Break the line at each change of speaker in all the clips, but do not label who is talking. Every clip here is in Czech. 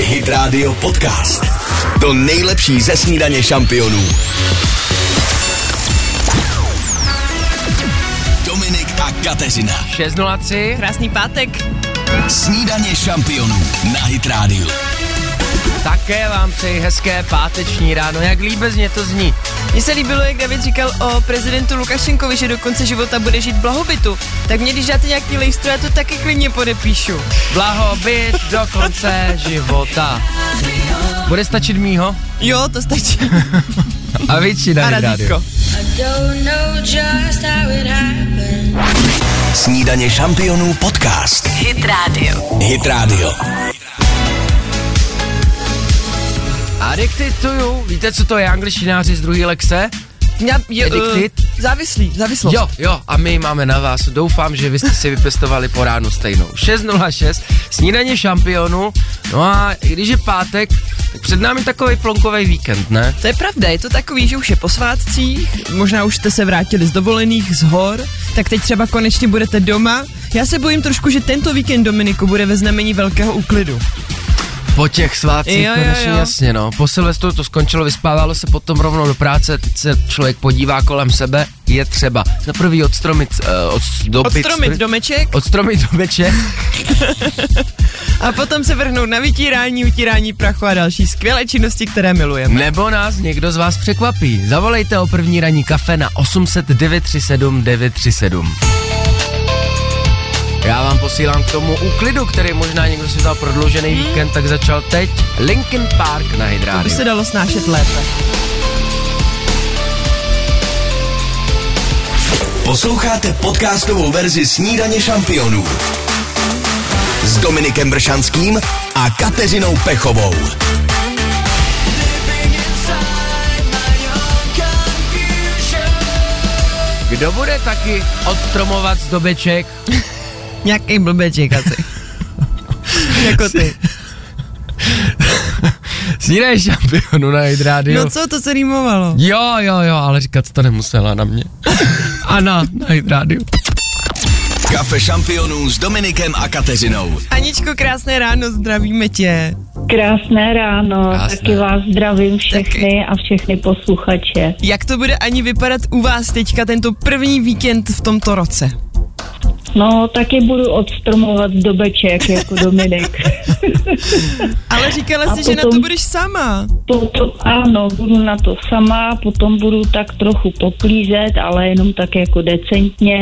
Hit Radio Podcast. To nejlepší ze snídaně šampionů. Dominik a Kateřina.
6.03.
Krásný pátek.
Snídaně šampionů na Hit Radio.
Také vám přeji hezké páteční ráno, jak líbezně to zní.
Mně se líbilo, jak David říkal o prezidentu Lukašenkovi, že do konce života bude žít v blahobytu. Tak mě, když dáte nějaký lejstro, já to taky klidně podepíšu.
Blahobyt do konce života. Bude stačit mýho?
Jo, to stačí.
A většina
A
na
razítko.
Don't know just how it happened.
Snídaně šampionů podcast. Hit Radio. Hit Radio.
Addictituju, víte, co to je angličtináři z druhé lexe?
Mě, je,
Addicted?
eh, závislý, závislost.
Jo, jo, a my máme na vás. Doufám, že vy jste si vypestovali po ránu stejnou. 6.06, snídaně šampionu. No a i když je pátek, tak před námi takový plonkový víkend, ne?
To je pravda, je to takový, že už je po svátcích, možná už jste se vrátili z dovolených, z hor, tak teď třeba konečně budete doma. Já se bojím trošku, že tento víkend Dominiku bude ve znamení velkého úklidu.
Po těch svátcích
Jo, jo,
konečně
jo.
jasně, no. Po Silvestru to skončilo, vyspávalo se potom rovnou do práce, teď se člověk podívá kolem sebe, je třeba za prvý odstromit, uh, od, dobit,
Odstromit domeček
odstromit dobeče,
a potom se vrhnout na vytírání, utírání prachu a další skvělé činnosti, které milujeme.
nebo nás někdo z vás překvapí. Zavolejte o první ranní kafe na 800 937 937. Já vám posílám k tomu úklidu, který možná někdo si vzal prodloužený hmm. víkend, tak začal teď Linkin Park na
Aby
Hydrádiu.
se dalo snášet lépe.
Posloucháte podcastovou verzi Snídaně šampionů. S Dominikem Bršanským a Kateřinou Pechovou.
Kdo bude taky odstromovat z dobeček?
Nějaký blbeček asi. jako ty.
Snídají šampionu na Hit Radio.
No co, to se rýmovalo.
Jo, jo, jo, ale říkat to nemusela na mě. A na, na Hit Radio.
Kafe šampionů s Dominikem a Kateřinou.
Aničko, krásné ráno, zdravíme tě.
Krásné ráno,
Krásné.
Krásné. taky vás zdravím
Taky.
všechny a všechny posluchače.
Jak to bude ani vypadat u vás teďka tento první víkend v tomto roce?
No, taky budu odstromovat dobeček jako Dominik.
Ale říkala
A
jsi, že na to
potom-
budeš sama.
potom, ano, budu na to sama, potom budu tak trochu poklízet, ale jenom tak jako decentně.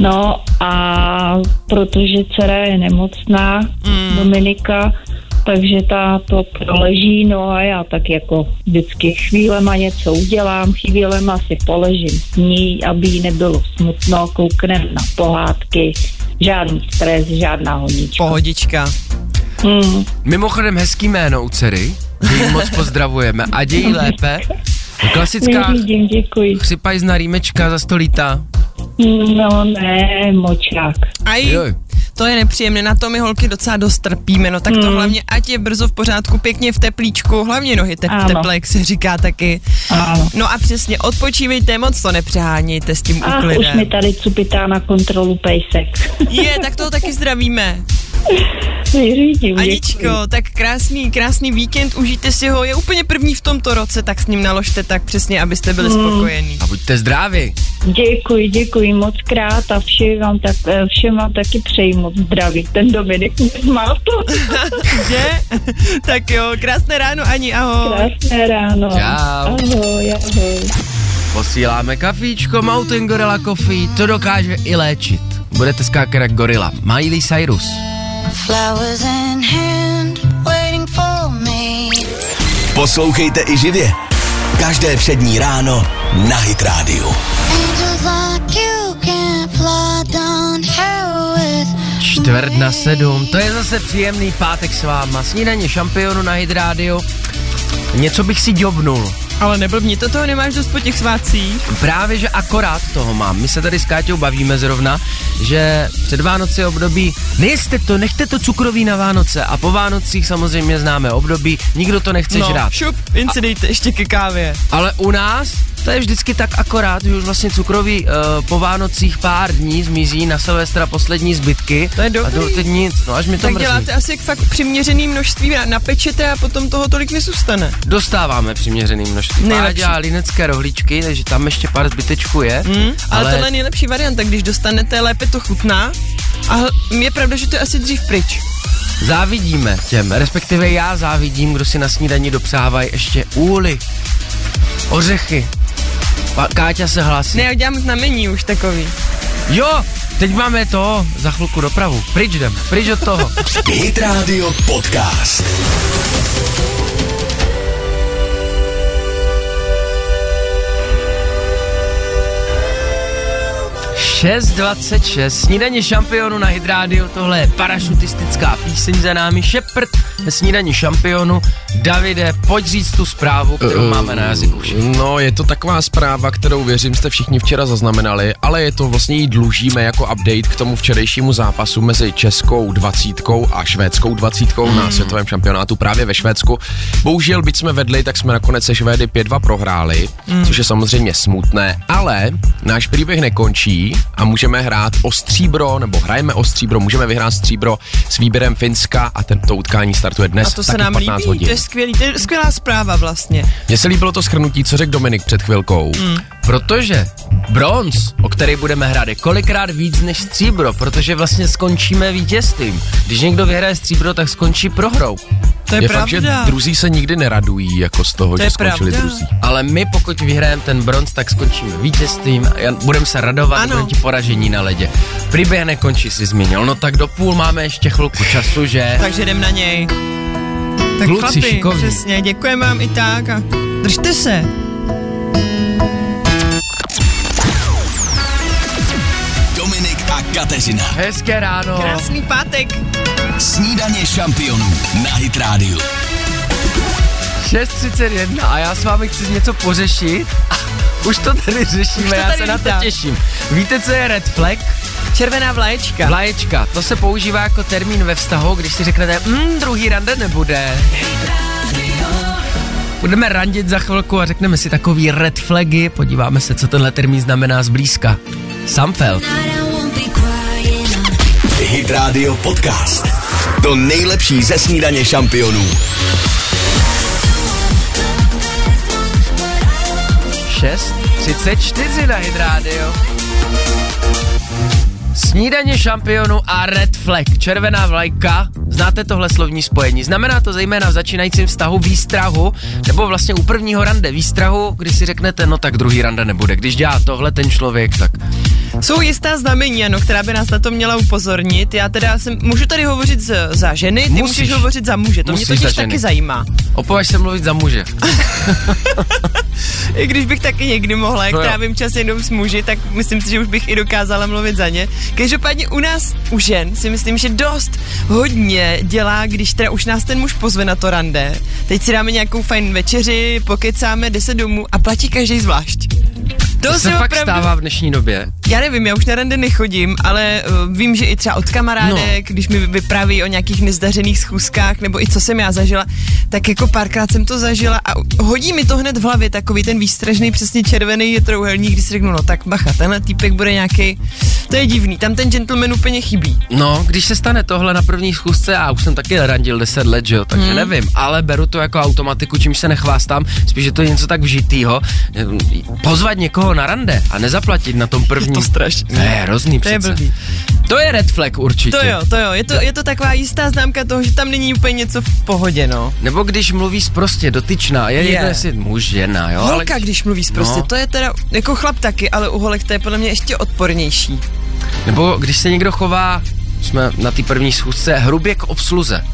No a protože dcera je nemocná, mm. Dominika, takže ta to proleží, no a já tak jako vždycky chvílema něco udělám, chvílema si poležím s ní, aby jí nebylo smutno, kouknem na pohádky, žádný stres, žádná honička.
Pohodička.
Mm.
Mimochodem hezký jméno u dcery, že jí moc pozdravujeme. A dějí lépe. Klasická
Nevidím, děkuji.
připajzna rýmečka za stolíta.
No ne, močák.
Aj,
Joj.
to je nepříjemné, na to my holky docela dost trpíme, no tak to hlavně, ať je brzo v pořádku, pěkně v teplíčku, hlavně nohy te- v
Ano.
teple, jak se říká taky.
Ano.
No a přesně, odpočívejte moc, to nepřehánějte s tím
Ach, už
úklidem.
mi tady cupitá na kontrolu pejsek.
Je, tak toho taky zdravíme.
Vyřídím, děkuji.
Aničko, tak krásný, krásný víkend, užijte si ho, je úplně první v tomto roce, tak s ním naložte tak přesně, abyste byli spokojení.
A buďte zdraví.
Děkuji, děkuji moc krát a všem vám, tak, eh, všem vám taky přeji moc zdraví. Ten Dominik má to.
Že? tak jo, krásné ráno, Ani, ahoj.
Krásné ráno.
Čau.
Ahoj, ahoj.
Posíláme kafíčko, Mountain Gorilla Coffee, to dokáže i léčit. Budete skákat jak gorila. Miley Cyrus.
Flowers in hand, waiting for me.
Poslouchejte i živě. Každé přední ráno na Hit Radio.
Angels like you can fly down here with
Čtvrt na sedm, to je zase příjemný pátek s váma. Snídaně šampionu na Hydrádiu. Něco bych si děbnul.
Ale neblbni, to toho nemáš dost po těch svátcích.
Právě, že akorát toho mám. My se tady s Káťou bavíme zrovna, že před Vánoci je období, nejeste to, nechte to cukroví na Vánoce a po Vánocích
No.
samozřejmě známe období, nikdo to nechce žrát.
šup, jen si dejte ještě ke kávě.
Ale u nás to je vždycky tak akorát, že už vlastně cukroví uh, po Vánocích pár dní zmizí, na Silvestra poslední zbytky.
To je
A
dobrý.
do, teď nic, no až mi to
Tak
mrzí.
děláte asi fakt přiměřený množství, na- napečete a potom toho tolik nezůstane.
Dostáváme přiměřený množství.
Nejlepší.
Pára dělá linecké rohlíčky, takže tam ještě pár zbytečků je.
Hmm? Ale, ale
ale
tohle je nejlepší varianta, když dostanete, lépe to chutná. A hl- je pravda, že to je asi dřív pryč.
závidíme těm, respektive já závidím, kdo si na snídani dopřávají ještě úly, ořechy. Pa, Káťa se hlásí.
Ne, já dělám znamení už takový.
Jo, teď máme to, za chvilku dopravu. Pryč jdem, pryč od toho.
Hit Radio Podcast.
(6.26) Snídaně šampionu na Hydrádiu, tohle je parašutistická píseň za námi, Šeprt ve snídaní šampionu. Davide, pojď říct tu zprávu, kterou
Eh,
máme na jazyku všichni.
No, je to taková zpráva, kterou věřím jste všichni včera zaznamenali, ale je to vlastně jí dlužíme jako update k tomu včerejšímu zápasu mezi českou dvacítkou a švédskou dvacítkou
Hmm.
na světovém šampionátu právě ve Švédsku. Bohužel, byť jsme vedli, tak jsme nakonec se Švédy 5-2 prohráli,
Hmm.
což je samozřejmě smutné, ale náš příběh nekončí a můžeme hrát o stříbro, nebo hrajeme o stříbro, můžeme vyhrát stříbro s výběrem Finska a tento utkání startuje dnes.
A to se
taky
nám
15
líbí,
hodin.
to je skvělý, to je skvělá zpráva vlastně.
Mně se líbilo to schrnutí, co řekl Dominik před chvilkou.
Hmm.
Protože bronz, o který budeme hrát, je kolikrát víc než stříbro, protože vlastně skončíme vítězstvím. Když někdo vyhraje stříbro, tak skončí prohrou.
To je,
je fakt, že
pravda.
druzí se nikdy neradují jako z toho,
To
že
je
skončili
pravda.
druzí.
Ale my, pokud vyhrajeme ten bronz, tak skončíme vítězstvím a budeme se radovat
Ano.
proti poražení na ledě. Příběh nekončí, si zmínil. No tak do půl máme ještě chvilku času, že?
Takže jdem na něj. Tak
Kluci
chlapi,
šikovní.
přesně, děkujem vám i tak a držte se.
Dominik a Kateřina.
Hezké ráno.
Krásný pátek.
Snídaně šampionů na Hit Radio.
6.31 a já s vámi chci něco pořešit. Už to tady řešíme,
Už to
já
tady
se na to
lítá.
těším. Víte, co je red flag?
Červená vlaječka.
Vlaječka, to se používá jako termín ve vztahu, když si řeknete, mm, druhý rande nebude. Budeme randit za chvilku a řekneme si takový red flagy, podíváme se, co tenhle termín znamená zblízka. Samfeld.
Hit Radio Podcast. To nejlepší ze snídaně šampionů.
6.34 na Hydrádio. Snídaně šampionu a red flag, červená vlajka, znáte tohle slovní spojení. Znamená to zejména v začínajícím vztahu výstrahu, nebo vlastně u prvního rande výstrahu, kdy si řeknete, no tak druhý rande nebude. Když dělá tohle ten člověk, tak
Jsou jistá znamení, ano, která by nás na to měla upozornit. Já teda jsem, můžu tady hovořit z, za ženy, ty
Musíš.
můžeš hovořit za muže, to
Musíš
mě
za
totiž
ženy.
taky zajímá.
opovaž se mluvit za muže.
I když bych taky někdy mohla, jak
No jo.
trávím čas jenom s muži, tak myslím si, že už bych i dokázala mluvit za ně. Každopádně u nás, u žen, si myslím, že dost hodně dělá, když teda už nás ten muž pozve na to rande. Teď si dáme nějakou fajn večeři, pokecáme, jde se domů a platí každý zvlášť. To,
To se fakt stává v dnší době.
Já nevím, já už na rande nechodím, ale uh, vím, že i třeba od kamarádek, no. když mi vypráví o nějakých nezdařených schůzkách, nebo i co jsem já zažila, tak jako párkrát jsem to zažila a hodí mi to hned v hlavě takový ten výstražný, přesně červený je trouhelník, když si řeknu, no tak bacha, tenhle týpek bude nějaký, to je divný, tam ten gentleman úplně chybí.
No, když se stane tohle na první schůzce, a už jsem taky randil 10 let, že jo, takže hmm. nevím, ale beru to jako automatiku, čím se nechvástám, spíš je to něco tak vžitýho. Ehm, Pozvat někoho na rande a nezaplatit na tom první.
to strašný.
To je hrozný
To je
přece.
blbý.
To je red flag určitě.
To jo, to jo, je to, je to taková jistá známka toho, že tam není úplně něco v pohodě, no.
Nebo když mluvíš prostě dotyčná, je,
Je.
je. jedno jestli muž, žena, jo.
Holka,
ale...
když mluvíš prostě,
No.
to je teda, jako chlap taky, ale u holek to je podle mě ještě odpornější.
Nebo když se někdo chová, jsme na té první schůzce, hrubě k obsluze.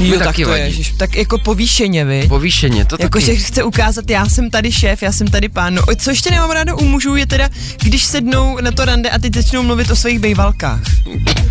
Mi
Jo, tak
taky
to
vadí.
je, ježiš, tak jako povýšeně, vy.
Povýšeně, to
Jako,
taky.
že chce ukázat, já jsem tady šéf, já jsem tady pán. No, co ještě nemám ráda u mužů, je teda, když sednou na to rande a teď začnou mluvit o svých bejvalkách.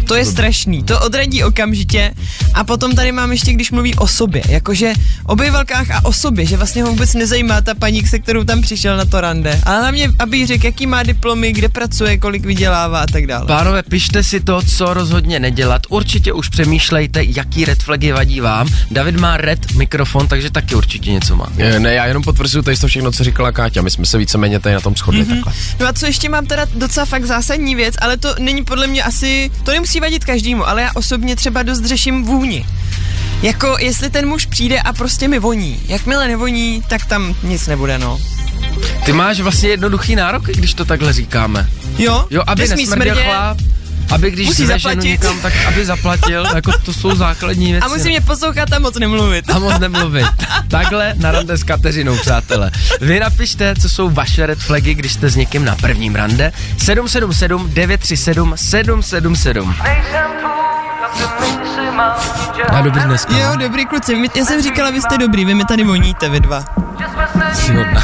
To je strašný, to odradí okamžitě. A potom tady mám ještě, když mluví o sobě, jakože o bejvalkách a o sobě, že vlastně ho vůbec nezajímá ta paní, se kterou tam přišel na to rande. Ale hlavně, aby jí řekl, jaký má diplomy, kde pracuje, kolik vydělává a tak dále.
Pánové, pište si to, co rozhodně nedělat. Určitě už přemýšlejte, jaký red flagy vadí vám. David má red mikrofon, takže taky určitě něco má.
Eh, Ne, já jenom potvrzuju tady to všechno, co říkala Káťa. My jsme se víceméně tady na tom shodli mm-hmm. takhle.
No a co ještě mám teda docela fakt zásadní věc, ale to není podle mě asi, to nemusí vadit každému, ale já osobně třeba dost řeším vůni. Jako jestli ten muž přijde a prostě mi voní. Jakmile nevoní, tak tam nic nebude, no.
Ty máš vlastně jednoduchý nárok, když to takhle říkáme.
Jo?
Jo, aby
Nesmí
nesmrděl
smrdět.
chlap, aby když
Musí
zve ženu
zaplatit.
někam, tak aby zaplatil, jako to jsou základní věci.
A musí
no.
mě poslouchat a moc nemluvit.
a moc nemluvit. Takhle na rande s Kateřinou, přátelé. Vy napište, co jsou vaše red flagy, když jste s někým na prvním rande. 777 937 777. A dobrý dneska.
Jo, dobrý kluci, my- já jsem říkala, vy jste dobrý, vy mi tady voníte, vy dva.
Jsi hodná.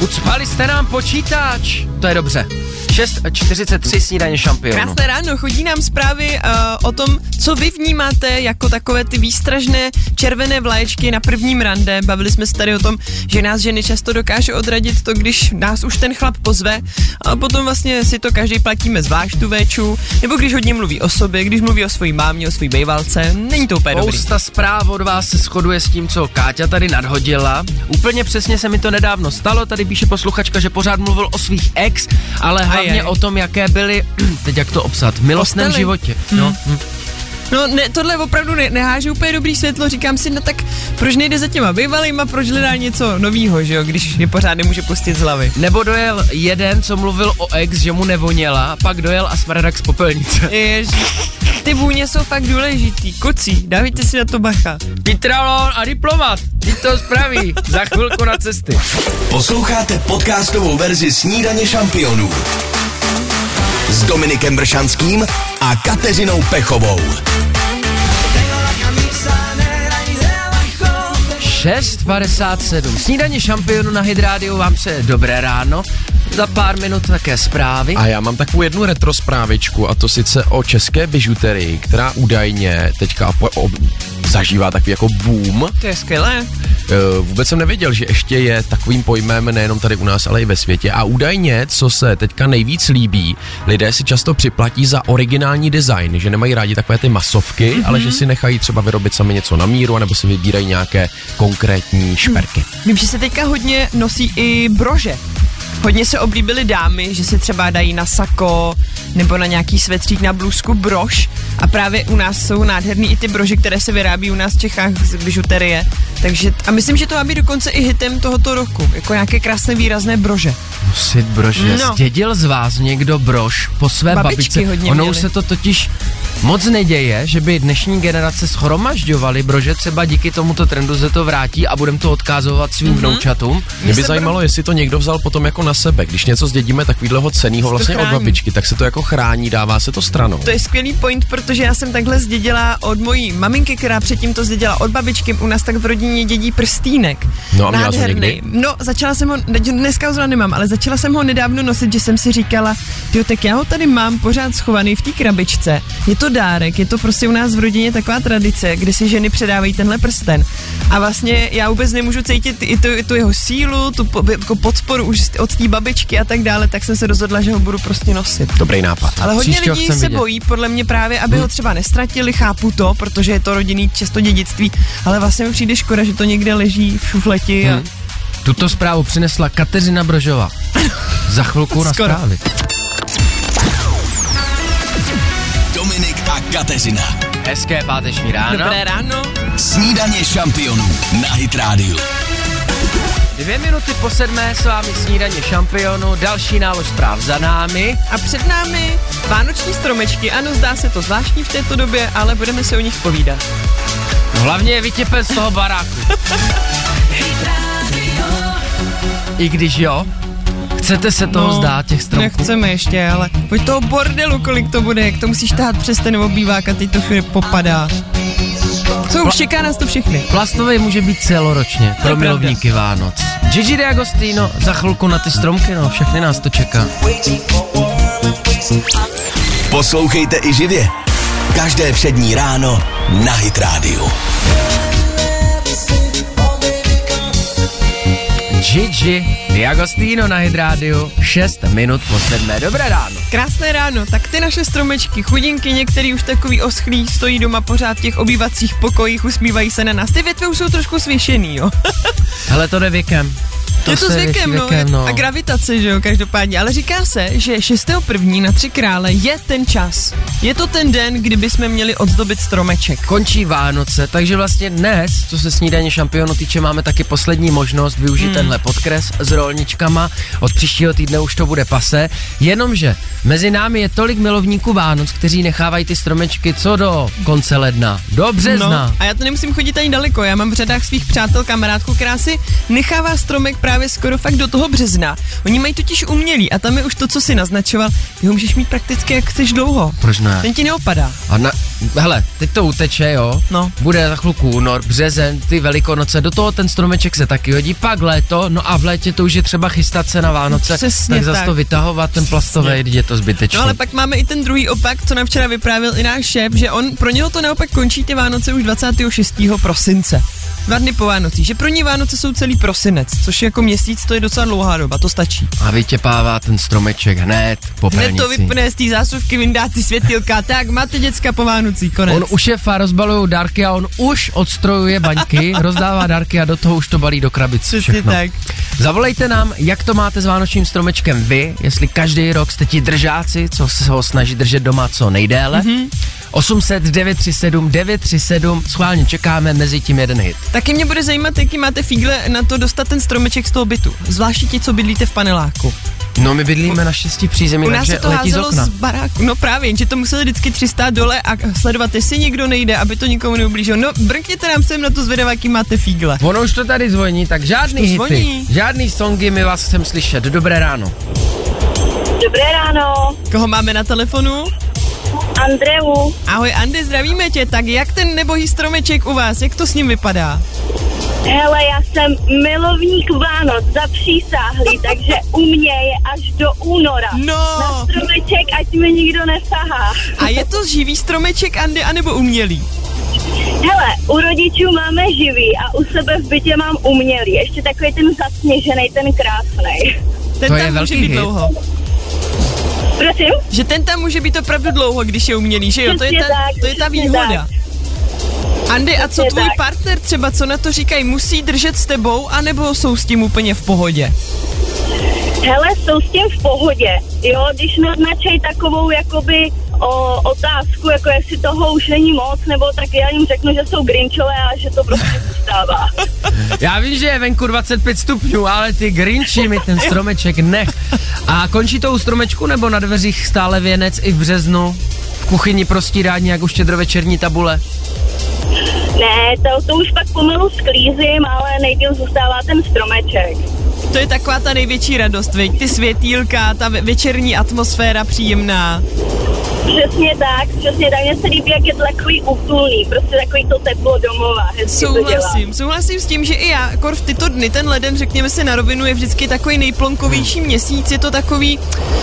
Ucpali jste nám počítač. To je dobře. 6.43 snídaně šampionu.
Krásné ráno, chodí nám zprávy uh, o tom, co vy vnímáte jako takové ty výstražné červené vlaječky na prvním rande. Bavili jsme se tady o tom, že nás ženy často dokáže odradit to, když nás už ten chlap pozve a potom vlastně si to každý platíme zvlášť tu véču, nebo když hodně mluví o sobě, když mluví o svojí mámě, o svý bejvalce, není to úplně dobrý.
Spousta zpráv od vás se shoduje s tím, co Káťa tady nadhodila. Úplně přesně se mi to nedávno stalo, tady píše posluchačka, že pořád mluvil o svých ex, ale hlavně
Ajaj.
o tom, jaké byly, teď jak to obsat, v milostném
Posteli.
životě. No, hm.
No ne, tohle opravdu ne, neháže úplně dobrý světlo, říkám si, no tak proč nejde za těma bývalýma, proč hledá něco novýho, že jo, když je pořád nemůže pustit z hlavy.
Nebo dojel jeden, co mluvil o ex, že mu nevoněla, pak dojel a smrdak z popelnice.
Ježiš. Ty vůně jsou fakt důležitý. Kucí, dávajte si na to bacha.
Pitralon a diplomat, ty to spraví, za chvilku na cesty.
Posloucháte podcastovou verzi Snídaně šampionů s Dominikem Bršanským a Kateřinou Pechovou.
6.57. Snídaně šampionu na Hydrádiu vám přeje dobré ráno. Za pár minut také zprávy.
A já mám takovou jednu retro zprávičku, a to sice o české bižuterii, která údajně teďka po, ob, zažívá takový jako boom.
To je skvělé.
Eh, Vůbec jsem nevěděl, že ještě je takovým pojmem nejenom tady u nás, ale i ve světě. A údajně, co se teďka nejvíc líbí, lidé si často připlatí za originální design, že nemají rádi takové ty masovky, mm-hmm. ale že si nechají třeba vyrobit sami něco na míru, anebo si vybírají nějaké konkrétní šperky.
Vím, že se teďka hodně nosí i brože. Hodně se oblíbily dámy, že si třeba dají na sako nebo na nějaký svetřík na blůzku brož. A právě u nás jsou nádherný i ty brože, které se vyrábí u nás v Čechách z bižuterie. Takže, a myslím, že to má být dokonce i hitem tohoto roku. Jako nějaké krásné výrazné brože.
Nosit brože. No.
No.
Zdědil z vás někdo brož po své
Babičky
babičce?
hodně
ono už
měly.
se to totiž moc neděje, že by dnešní generace schromažďovaly brože, třeba díky tomuto trendu se to vrátí a budeme to odkázovat svým
Mhm.
mm-hmm. vnoučatům.
Mě by
se
zajímalo, jestli to někdo vzal potom jako na sebe. Když něco zdědíme takového cenného vlastně od
chrání.
babičky, tak se to jako chrání, dává se to stranou.
To je skvělý point, protože já jsem takhle zdědila od mojí maminky, která předtím to zdědila od babičky. U nás tak v rodině dědí prstýnek.
No a měla jsi ho
Nádherný.
někdy?
No, začala jsem ho, teď dneska ho zrovna nemám, ale začala jsem ho nedávno nosit, že jsem si říkala, jo, tak já ho tady mám pořád schovaný v té krabičce. Je to dárek, je to prostě u nás v rodině taková tradice, kde si ženy předávají tenhle prsten. A vlastně já vůbec nemůžu cítit i tu, i tu jeho sílu, tu po, jako podporu už od té babičky a tak dále, tak jsem se rozhodla, že ho budu prostě nosit.
Dobrý nápad.
Ale hodně
Příště ho
lidí
chcem
se
vidět. Hmm.
bojí, podle mě právě, aby ho třeba nestratili, chápu to, protože je to rodinný často dědictví, ale vlastně mi přijde škoda, že to někde leží v šufleti.
Hmm.
A...
Tuto zprávu přinesla Kateřina Brožová. Za chvilku na
Skoro.
zprávy.
Dominik a Kateřina.
Hezké páteční ráno.
Dobré ráno.
Snídaně šampionů na Hit Radio.
Dvě minuty po sedmé s vámi snídaně šampionu, další nálož zpráv za námi.
A před námi vánoční stromečky. Ano, zdá se to zvláštní v této době, ale budeme si o nich povídat.
No Hlavně je vytěpen z toho baráku. I když jo, chcete se
No,
toho zdát, těch stromků?
Nechceme ještě, ale pojď toho bordelu, kolik to bude, jak to musíš tahat přes ten obývák a teď to všude popadá. Co už čeká nás to všechny?
Plastový může být celoročně pro
pravda.
milovníky Vánoc. Gigi D'Agostino za chvilku na ty stromky, no všechny nás to čeká.
Poslouchejte i živě. Každé přední ráno na Hit Radio.
Gigi D'Agostino na Hydrádiu, 6 minut po 7. Dobré ráno.
Krásné ráno, tak ty naše stromečky, chudinky, některý už takový oschlý, stojí doma pořád v těch obývacích pokojích, usmívají se na nás. Ty větve už jsou trošku svěšený, jo.
Hele, to jde věkem.
je to
se
s
řeší
věkem, no, věkem, no. A gravitace, že jo, každopádně. Ale říká se, že 6. první na Tři krále je ten čas. Je to ten den, kdyby jsme měli odzdobit stromeček.
Končí Vánoce, takže vlastně dnes, co se snídaně šampionu týče, máme taky poslední možnost využít hmm. tenhle podkres s rolničkama. Od příštího týdne už to bude pase. Jenomže mezi námi je tolik milovníků Vánoc, kteří nechávají ty stromečky co do konce ledna, do března.
No, a já to nemusím chodit ani daleko. Já mám v řadách svých přátel kamarádku, která si nechává stromek právě skoro fakt do toho března. Oni mají totiž umělý a tam je už to, co si naznačoval. Ty ho můžeš mít prakticky jak chceš dlouho.
Proč ne?
Ten ti neopadá.
A na, hele, teď to uteče, jo?
No.
Bude za chvilku únor, březen, ty velikonoce, do toho ten stromeček se taky hodí, pak léto, no a v létě to už je třeba chystat se na Vánoce,
Přesně
tak zas
tak.
to vytahovat, ten plastový, je to zbytečné.
No ale pak máme i ten druhý opak, co nám včera vyprávěl i náš šéf, že on pro něho to naopak končí ty Vánoce už 26. prosince. Dva dny po Vánoci, že pro ně Vánoce jsou celý prosinec, což jako měsíc, to je docela dlouhá doba, to stačí.
A vytěpává ten stromeček hned po
Hned to
pelnici.
vypne z té zásuvky, vyndá ty světilka, tak máte děcka po Vánocí, konec.
On už je fa, rozbalují dárky a on už odstrojuje baňky, rozdává dárky a do toho už to balí do krabice.
Přesně
Všechno.
tak.
Zavolejte nám, jak to máte s vánočním stromečkem vy, jestli každý rok jste ti držáci, co se ho snaží držet doma co nejdéle.
Mhm.
Mm-hmm. 800 937 937, schválně čekáme, mezi tím jeden hit.
Taky mě bude zajímat, jaký máte fígle na to dostat ten stromeček z toho bytu. Zvláště ti, co bydlíte v paneláku.
No my bydlíme na šesti přízemí,
U nás se
takže
to
letí z
házelo
okna.
z baráku. No právě, že to museli vždycky 300 dole a sledovat, jestli někdo nejde, aby to nikomu neublížilo. No brkněte nám sem na to zvědavá, jaký máte fígle.
Ono už to tady zvoní, tak žádný
Už
hity,
to zvoní.
žádný songy, my vás chcem slyšet. Dobré ráno.
Dobré ráno,
Koho máme na telefonu?
Andreu.
Ahoj Andy, zdravíme tě. Tak jak ten nebohý stromeček u vás, jak to s ním vypadá?
Hele, já jsem milovník Vánoc, zapřísáhlý, takže u mě je až do února. Na
No,
stromeček, ať mi nikdo nesahá.
a je to živý stromeček Andy, anebo umělý?
Hele, u rodičů máme živý a u sebe v bytě mám umělý. Ještě takový ten zasněžený, ten krásný.
Ten
To je
tam může
velký
být
hit.
dlouho.
Prosím?
Že ten tam může být opravdu dlouho, když je umělý, že jo? To je
Přesně
ta,
tak,
to je ta
přesně
výhoda. Andy, a co
Přesně
tvůj
tak.
partner třeba, co na to říkají, musí držet s tebou, anebo jsou s tím úplně v pohodě?
Hele, jsou s tím v pohodě. Jo, když naznačej takovou jakoby o, otázku, jako jestli toho už není moc, nebo tak já jim řeknu, že jsou grinčové a že to prostě zůstává.
Já vím, že je venku 25 stupňů, ale ty grinči mi ten stromeček nech. A končí to u stromečku nebo na dveřích stále věnec i v březnu? V kuchyni prostírání jak u štědrovečerní tabule.
Ne, to, to už pak pomalu sklízím, ale nejdýl zůstává ten stromeček.
To je taková ta největší radost, viď? Ty světýlka, ta ve- večerní atmosféra příjemná.
Přesně tak, přesně tak. Mně se líbí, jak je to takový útulný, prostě takový to teplo domova. Hezky to dělá.
Souhlasím, souhlasím s tím, že i já, kor v tyto dny, ten leden, řekněme si na rovinu, je vždycky takový nejplonkovější měsíc, je to takový,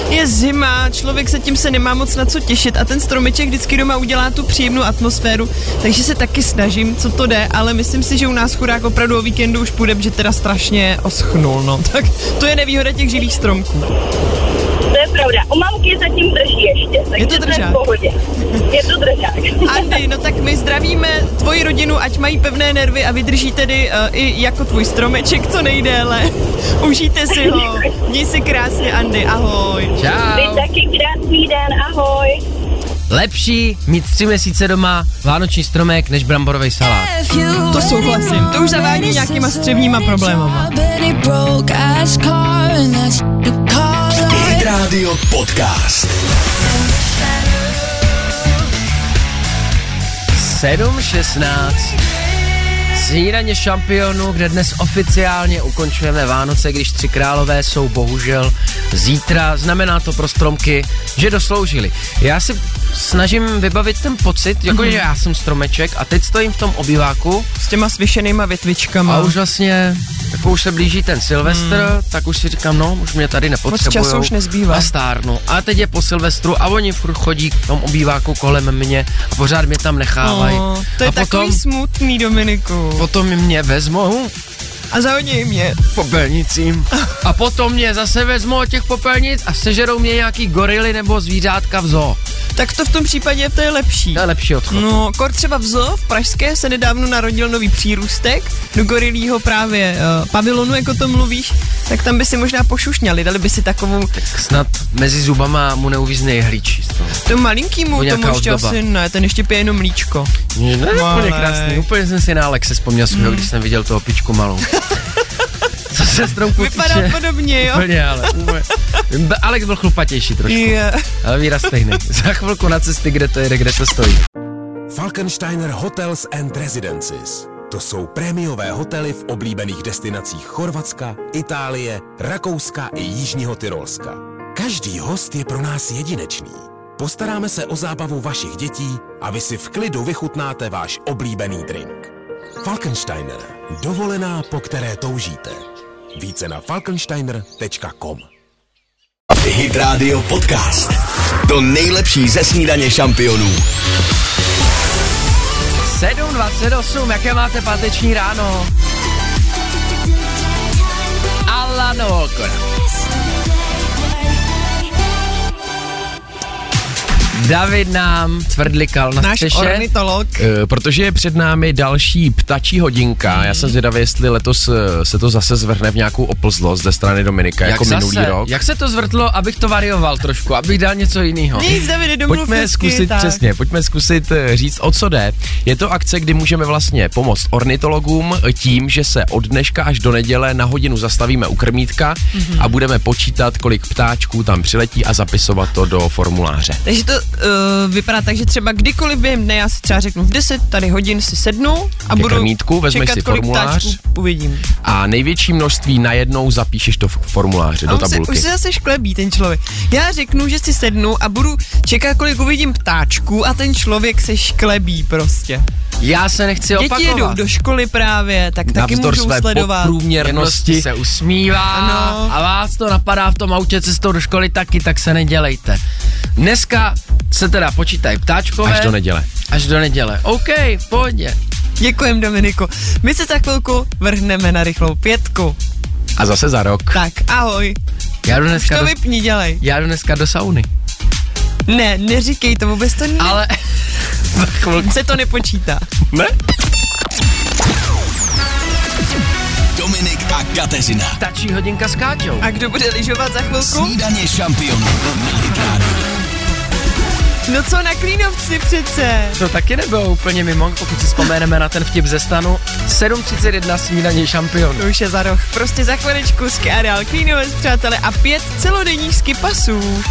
je zima, člověk se tím se nemá moc na co těšit a ten stromeček vždycky doma udělá tu příjemnou atmosféru, takže se taky snažím, co to jde, ale myslím si, že u nás chudák opravdu o víkendu už půjde, že teda strašně oschnul, no, tak to je nevýhoda těch živých stromků.
To je pravda. U mamky zatím drží ještě, takže
Je to
je
držák.
v pohodě. Je to držák.
Andy, no tak my zdravíme tvoji rodinu, ať mají pevné nervy a vydrží tedy uh, i jako tvůj stromeček co nejdéle. Užijte si ho. Měj se krásně, Andy, ahoj.
Čau.
Vy taky krásný den, ahoj.
Lepší mít tři měsíce doma vánoční stromek než bramborový salát.
To souhlasím, to už zavání nějakýma střevníma problémama.
Hit Radio Podcast.
7.16. Snídaně šampionu, kde dnes oficiálně ukončujeme Vánoce, když tři králové jsou bohužel zítra. Znamená to pro stromky, že dosloužili. Já si snažím vybavit ten pocit,
Mhm.
jako že já jsem stromeček a teď stojím v tom obýváku
S těma svěšenýma větvičkama.
a už vlastně, jako už se blíží ten Silvestr, tak už si říkám, no, už mě tady nepotřebujou.
Hmm. času už nezbývá.
A stárnu. A teď je po Silvestru a oni furt chodí k tomu obýváku kolem mě a pořád mě tam nechávají.
No, to je
a potom,
takový smutný, Dominiku.
potom mě vezmou
A zahodí mě.
popelnicím a potom mě zase vezmou od těch popelnic a sežerou mě nějaký gorily nebo zvířátka v zoo.
Tak to v tom případě to je lepší.
To je lepší odchod.
No, kor třeba v zoo v Pražské se nedávno narodil nový přírůstek, do gorilího právě uh, pavilonu, jako to mluvíš, tak tam by si možná pošušňali, dali by si takovou
Snad mezi zubama mu neuvízne jehličí.
tomu malinkýmu,
Nebo
tomu
nějaká
ještě
ozdoba.
asi ne, ten ještě pije jenom mlíčko.
Ne, ne, úplně
Malej.
krásný. Úplně jsem si na Alexe vzpomněl svého,
Hmm.
když jsem viděl toho pičku malou. Co se stromku
Vypadá
týče.
podobně, jo?
Úplně, ale úplně. B- Alex byl chlupatější trošku,
Je.
ale výraz stejný. Za chvilku na cesty, kde to jede, kde to stojí.
Falkensteiner Hotels and Residences. To jsou prémiové hotely v oblíbených destinacích Chorvatska, Itálie, Rakouska i Jižního Tyrolska. Každý host je pro nás jedinečný. Postaráme se o zábavu vašich dětí a vy si v klidu vychutnáte váš oblíbený drink. Falkensteiner. Dovolená, po které toužíte. Více na falkensteiner.com
Hit Radio Podcast. To nejlepší ze snídaně šampionů.
7.28, jaké máte páteční ráno? Alan Walker. David nám tvrdlikal na
Náš
střeše.
ornitolog.
Eh, protože je před námi další ptačí hodinka. Já jsem zvědavý, jestli letos eh, se to zase zvrhne v nějakou oplzlost ze strany Dominika, jako
zase?
minulý rok.
Jak se to zvrtlo, abych to varioval trošku, abych dal něco jiného.
Nic, Davide, domluv
Pojďme
hezky,
zkusit,
tak.
přesně, pojďme zkusit eh, říct, o co jde. Je to akce, kdy můžeme vlastně pomoct ornitologům eh, tím, že se od dneška až do neděle na hodinu zastavíme u krmítka
Mhm.
a budeme počítat, kolik ptáčků tam přiletí a zapisovat to do formuláře.
Takže to uh, vypadá tak, že třeba kdykoliv během dne, já si třeba řeknu v 10 tady hodin si sednu a
Ke
budu
krmítku, vezmeš
čekat,
si
kolik
formulář.
ptáčků uvidím.
A největší množství najednou zapíšeš do f- formuláře,
A
do
on se, už
tabulky.
se zase šklebí ten člověk. Já řeknu, že si sednu a budu čekat, kolik uvidím ptáčků a ten člověk se šklebí prostě.
Já se nechci
Děti jedou
opakovat.
do školy právě, tak taky
Navzdor
můžou
své
sledovat.
podprůměrnosti.
se usmívá
Ano.
a vás to napadá v tom autě cestou do školy taky, tak se nedělejte. Dneska se teda počítají ptáčkové.
Až do neděle.
Až do neděle. OK, v pohodě.
Děkujem Dominiku. My se za chvilku vrhneme na rychlou pětku.
A zase za rok.
Tak, ahoj.
Já jdu dneska,
To
do,
vypni, dělej.
já jdu dneska do sauny.
Ne, neříkej to, vůbec to ne.
Ale za chvilku.
se to nepočítá.
Ne?
Dominik a Kateřina.
Tačí hodinka s Káťou.
A kdo bude lyžovat za chvilku?
Snídaně šampionů. na Hit Radio.
No co na klínovci přece?
To taky nebylo úplně mimo, pokud si vzpomeneme na ten vtip ze stanu. 7.31 snídaní šampion.
To už je za roh. Prostě za chviličku z KRL Klínovec, přátelé, a pět celodenních skipasů.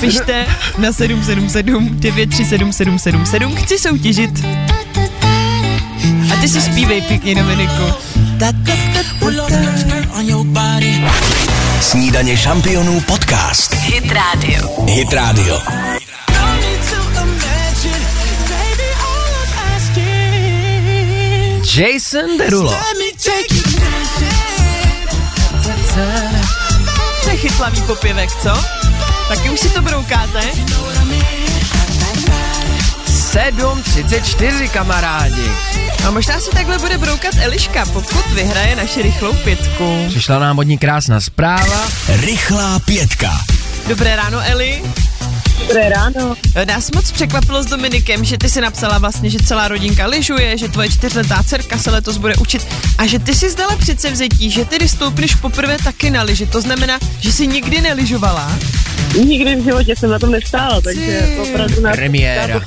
Pište na 777 937 chci soutěžit. A ty si zpívej pěkně, Dominiku.
Snídaně šampionů podcast. Hit Radio. Hit Radio.
Jason Derulo.
To je chytlavý popěvek, co? Taky už si to broukáte?
7.34 kamarádi.
A možná si takhle bude broukat Eliška, pokud vyhraje naši rychlou pětku.
Přišla nám od ní krásná zpráva.
Rychlá pětka.
Dobré ráno, Eli.
Dobré ráno.
Eh, Nás moc překvapilo s Dominikem, že ty si napsala vlastně, že celá rodinka lyžuje, že tvoje čtyřletá dcerka se letos bude učit a že ty si zdala přece vzetí, že tedy stoupneš poprvé taky na lyži. To znamená, že jsi nikdy nelyžovala
Nikdy v životě jsem na tom nestála, takže opravdu na
Premiéra.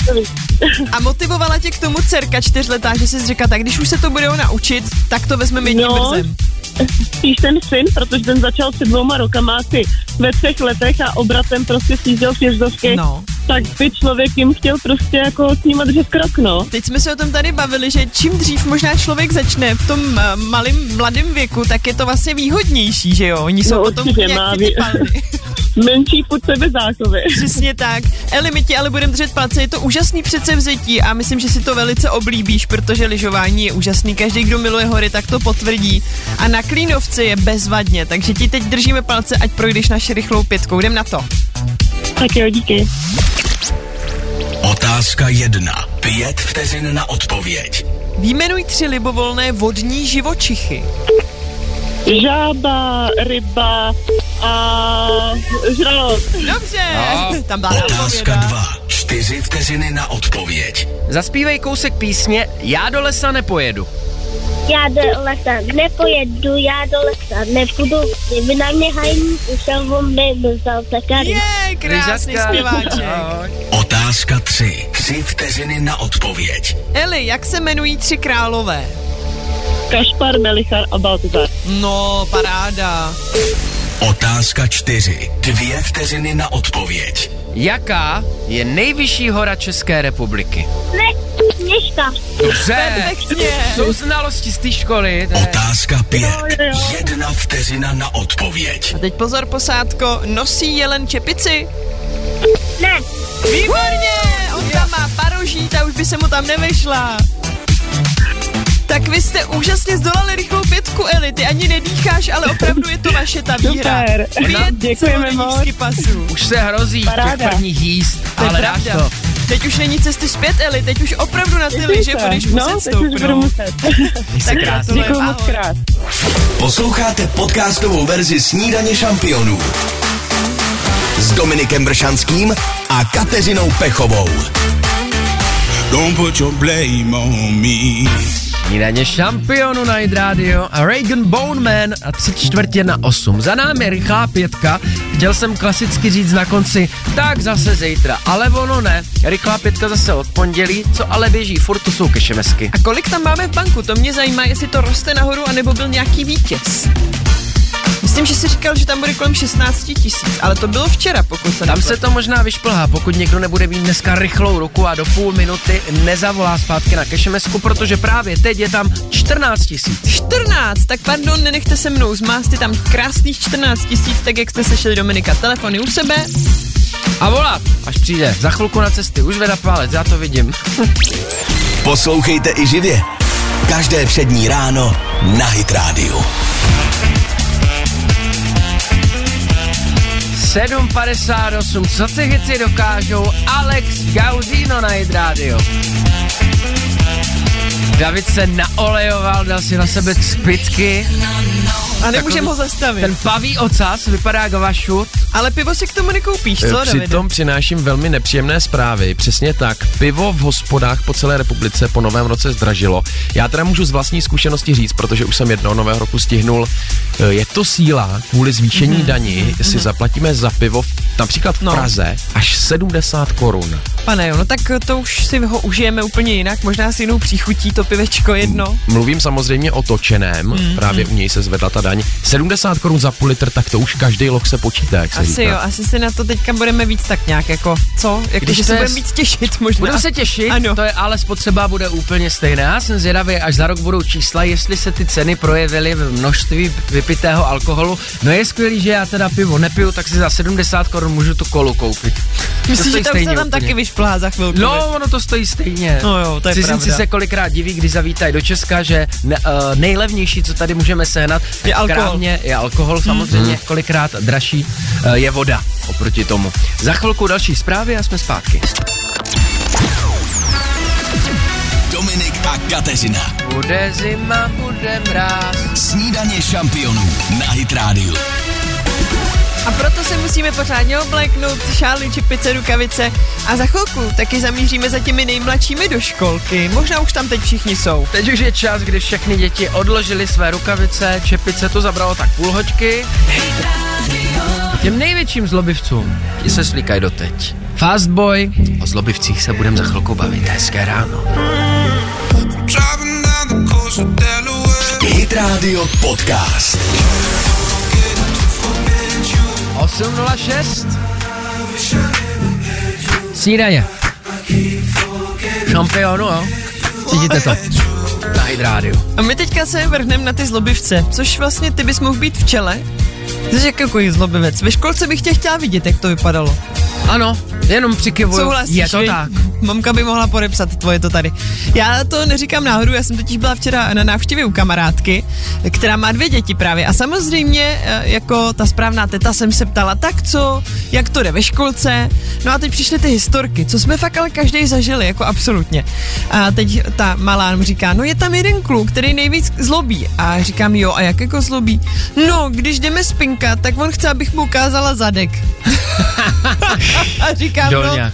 A motivovala tě k tomu dcerka čtyřletá, že jsi řekla, tak když už se to budou naučit, tak to vezmeme jedním
No.
brzem.
Spíš ten syn, protože ten začal před dvouma rokama asi ve třech letech a obratem prostě sjížděl v jezdovky,
No.
tak by člověk jim chtěl prostě jako s ním držet krok, no.
Teď jsme se o tom tady bavili, že čím dřív možná člověk začne v tom eh, malým, mladém věku, tak je to vlastně výhodnější, že jo? Oni jsou
No,
potom
určitě,
nějak
má
ty
vý-
palmy.
Menší pod sebe zákovy.
Přesně tak. Eli, my ti ale budeme držet palce, je to úžasný předsevzetí a myslím, že si to velice oblíbíš, protože lyžování je úžasný. Každý, kdo miluje hory, tak to potvrdí. A na Klínovce je bezvadně, takže ti teď držíme palce, ať projdeš naši rychlou pětkou. Jdem na to.
Tak jo, díky.
Otázka jedna. Pět vteřin na odpověď.
Výjmenuj tři libovolné vodní živočichy.
Žába, ryba a žralok.
Dobře, tam byla
Otázka
odpověda.
dva. Čtyři vteřiny na odpověď.
Zaspívej kousek písně Já do lesa nepojedu.
Já do lesa nepojedu, já do lesa nepůjdu. Kdyby na mě hajní, ušel von by byl za takary.
Je, krásný
Ryžatka.
zpěváček.
Ahoj.
Otázka tři. Tři vteřiny na odpověď.
Eli, jak se jmenují tři králové?
Kašpar, Melichar a Baltazar.
No, paráda.
Otázka čtyři. Dvě vteřiny na odpověď.
Jaká je nejvyšší hora České republiky?
Ne, knižka.
Dobře.
Perfektně.
Jsou znalosti z té školy. to je-
Otázka pět. Jedna vteřina na odpověď.
A teď pozor, posádko, nosí jelen čepici?
Ne,
Výborně! On tam má paroží, ta už by se mu tam nevešla. Tak vy jste úžasně zdolali rychlou pětku, Eli. Ty ani nedýcháš, ale opravdu je to vaše ta výhra.
Super. No,
Pět
Děkujeme moc.
celodenních pasů.
Už se hrozí těch
Paráda.
prvních jíst,
To je
ale dáš
pravda.
to.
Teď už není cesty zpět, Eli. Teď už opravdu na ty liže budeš
no,
muset
teď už budu
stoupnout.
muset.
Jsi krásný.
gratuluju.
Děkuji moc
Ahoj.
krát.
Posloucháte podcastovou verzi Snídaně šampionů s Dominikem Bršanským a Kateřinou Pechovou.
Don't put your blame on me.
Snídaně šampionu na Hit Radio a Reagan Bone Man a tři čtvrtě na osm. Za námi rychlá pětka, chtěl jsem klasicky říct na konci, tak zase zítra, ale ono ne. Rychlá pětka zase od pondělí, co ale běží, furt to jsou kešemesky.
A kolik tam máme v banku? To mě zajímá, jestli to roste nahoru, anebo byl nějaký vítěz. Myslím, že jsi říkal, že tam bude kolem 16 tisíc, ale to bylo včera, pokud se
Tam
nepletu.
se to možná vyšplhá, pokud někdo nebude mít dneska rychlou ruku a do půl minuty nezavolá zpátky na kešemesku, protože právě teď je tam 14 tisíc.
14, tak pardon, nenechte se mnou zmást, je tam krásných 14 tisíc, tak jak jste sešli Dominika, telefony u sebe.
A volat, až přijde, za chvilku na cesty, už veda palec, já to vidím.
Poslouchejte i živě. Každé přední ráno na Hit Radio.
7.58, co ty chyci dokážou, Alex Gaudino na Hit Radio. David se naolejoval, dal si na sebe cpitky,
A nemůžeme ho zastavit.
ten paví ocas vypadá jak vašut.
Ale pivo si k tomu nekoupíš, co, Davide?
Eh, Přitom přináším velmi nepříjemné zprávy. Přesně tak. Pivo v hospodách po celé republice po novém roce zdražilo. Já teda můžu z vlastní zkušenosti říct, protože už jsem jednoho nového roku stihnul. eh, Je to síla, kvůli zvýšení mm-hmm. daní si zaplatíme za pivo v- například v
Mhm. No.
Praze až 70 korun.
Pane jo, no tak to už si ho užijeme úplně jinak, možná s jinou příchutí to pivečko jedno.
Mluvím samozřejmě o točeném,
Mhm,
mm-hmm. právě u něj se zvedla ta daň. 70 korun za půl litr, tak to už každý loh se počítá, jak se
Asi
říká.
jo, asi se na to teďka budeme víc tak nějak jako, co? Jako,
Když
že
to
se
je
budeme
s-
víc těšit možná.
Budeme se těšit,
Ano.
ano. to je ale spotřeba bude úplně stejná. Já jsem zvědavý, až za rok budou čísla, jestli se ty ceny projevily v množství vypitého alkoholu. No je skvělý, že já teda pivo nepiju, tak si za 70 korun můžu tu kolu koupit. To
Myslím, že
stojí
tam se
stejně
tam
úplně.
taky vyšplhá za chvilku.
No, ono to stojí stejně.
No jo, to je
Cizinci
pravda.
se kolikrát diví, když zavítají do Česka, že ne, uh, nejlevnější, co tady můžeme sehnat,
Je alkohol.
Krávně, je alkohol samozřejmě, mm. kolikrát dražší uh, je voda oproti tomu. Za chvilku další zprávy a jsme zpátky.
Dominik a Kateřina.
Bude zima, bude mráz.
Snídaně šampionů na Hit Radio.
A proto se musíme pořádně obléknout, šály, čepice, rukavice. A za chvilku taky zamíříme za těmi nejmladšími do školky. Možná už tam teď všichni jsou.
Teď už je čas, kdy všechny děti odložily své rukavice, čepice, to zabralo tak půl hoďky. Těm největším zlobivcům ti se slíkají doteď. Fastboy, o zlobivcích se budem za chvilku bavit. Hezké ráno.
Driving down the coast of Delaware.
Hit Radio Podcast.
8.06 Snídaně Šampionu, jo? Cítíte to? Na Hydrádiu.
A my teďka se vrhneme na ty zlobivce, což vlastně ty bys mohl být v čele. Jsi jakýkoliv zlobivec. Ve školce bych tě chtěla vidět, jak to vypadalo.
Ano, jenom přikivuju.
Souhlasíš,
Je to
viď?
tak.
Mamka by mohla podepsat tvoje to tady. Já to neříkám náhodou, já jsem totiž byla včera na návštěvě u kamarádky, která má dvě děti právě. A samozřejmě, eh, jako ta správná teta, jsem se ptala, tak co, jak to jde ve školce. No a teď přišly ty historky, co jsme fakt ale každý zažili, jako absolutně. A teď ta malá nám říká, no je tam jeden kluk, který nejvíc zlobí. A říkám, jo, a jak jako zlobí? No, když jdeme spinkat, tak on chce, abych mu ukázala zadek. a říkám, no,
Dolňák.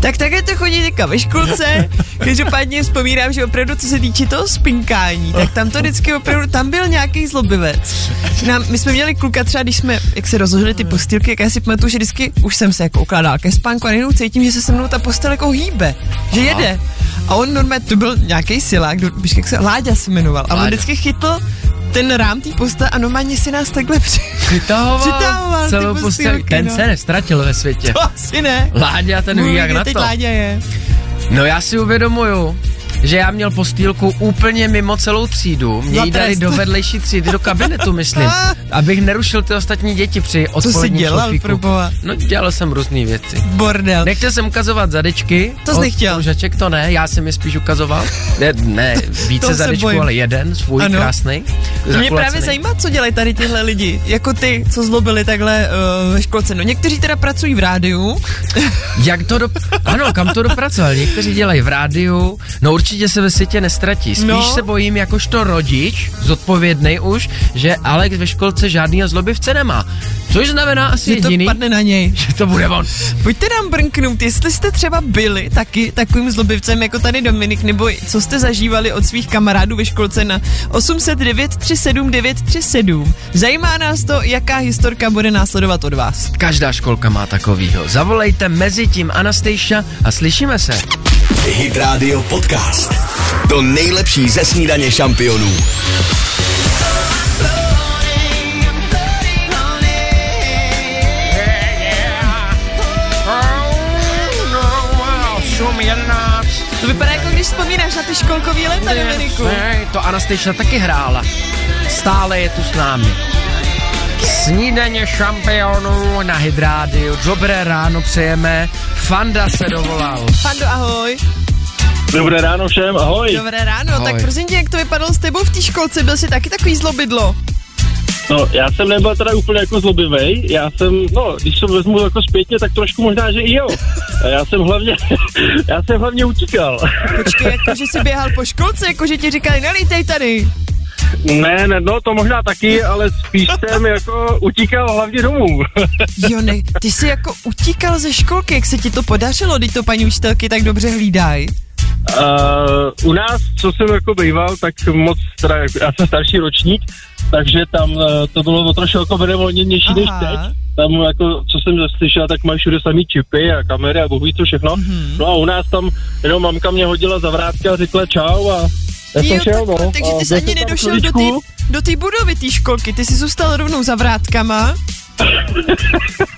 tak také to chodí teďka ve školce. Každopádně vzpomínám, že opravdu, co se týče toho spinkání, tak tam to vždycky opravdu, tam byl nějaký zlobivec. Nám, my jsme měli kluka třeba, když jsme, jak se rozložili ty postýlky, jak já si pamatuju, že vždycky už jsem se jako ukládal ke spánku a najednou cítím, že se se mnou ta postel jako hýbe, že jede. A on normálně, to byl nějaký silák, kdo- víš, jak se, Láďa se jmenoval, a on
Láďa.
vždycky chytl ten rám té postele a normálně si nás takhle při...
Přitahoval,
Přitahoval ty
celou postel.
postýlky,
Ten
no.
se nestratil ve světě.
To asi ne.
Láďa ten ví,
Uvidíme,
jak na
teď
to.
Láďa je.
No já si uvědomuju, že já měl postýlku úplně mimo celou třídu. Mě
Za
ji dali
trest.
do vedlejší třídy, do kabinetu, myslím. Abych nerušil ty ostatní děti při
jsi
odpoledním
dělal,
šlofíku.
proboha?
No dělal jsem různé věci.
Bordel.
Nechtěl jsem ukazovat zadečky.
To jsi
od
nechtěl.
Koužaček to ne, já jsem je spíš ukazoval. Ne, ne
To
více
se
zadečků,
bojím.
ale jeden, svůj
Ano.
krásný.
To mě právě zajímá, co dělají tady tyhle lidi, jako ty, co zlobili takhle uh, ve školce. No někteří teda pracují v rádiu,
Jak to do... Ano, kam to dopracoval? Někteří dělají v rádiu, no určitě se ve světě nestratí. Spíš
No.
se bojím, jakožto rodič, zodpovědný už, že Alex ve školce žádného zlobivce nemá. Což znamená asi
že to
jediný,
padne na něj.
že to bude on.
Pojďte nám brnknout, jestli jste třeba byli taky takovým zlobivcem jako tady Dominik, nebo co jste zažívali od svých kamarádů ve školce na 809 37 937. Zajímá nás to, jaká historka bude následovat od vás.
Každá školka má takovýho. Zavolejte mezi tím Anastasia a slyšíme se.
Hit Radio Podcast. To nejlepší ze snídaně šampionů.
To vypadá jako když vzpomínáš na ty školkový léta, Dominiku.
Ne, to Anastasia taky hrála. Stále je tu s námi. Snídaně šampionů na Hydrádiu. Dobré ráno přejeme. Fanda se dovolal.
Pando, ahoj.
Dobré ráno všem, ahoj.
Dobré ráno,
Ahoj.
tak prosím tě, jak to vypadalo s tebou v té školce, byl jsi taky takový zlobidlo.
No, já jsem nebyl teda úplně jako zlobivej, já jsem, no, když to vezmu jako zpětně, tak trošku možná, že i jo. A Já jsem hlavně, já jsem hlavně utíkal.
Počkej, jako, že jsi běhal po školce, jako, že ti říkali, nelítej tady.
Ne, ne, no, to možná taky, ale spíš jsem jako utíkal hlavně domů.
Jo, ne, ty jsi jako utíkal ze školky, jak se ti to podařilo, když to paní učitelky tak dobře hlídají.
Uh, u nás, co jsem jako býval, tak moc, teda, jako- já jsem starší ročník, takže tam uh, to bylo o trošku jako benevolnější než
Aha.
teď. Tam jako, co jsem slyšel, tak mají všude samý čipy a kamery a bohují to všechno.
Mhm.
Mm-hmm. No a u nás tam jenom mamka mě hodila za vrátka a řekla čau a já jsem
Jo,
šel,
tak,
no.
takže
A
ty jsi
byl
ani
jsem tam
nedošel do
chviličku.
té do té budovy té školky, ty jsi zůstal rovnou za vrátkama.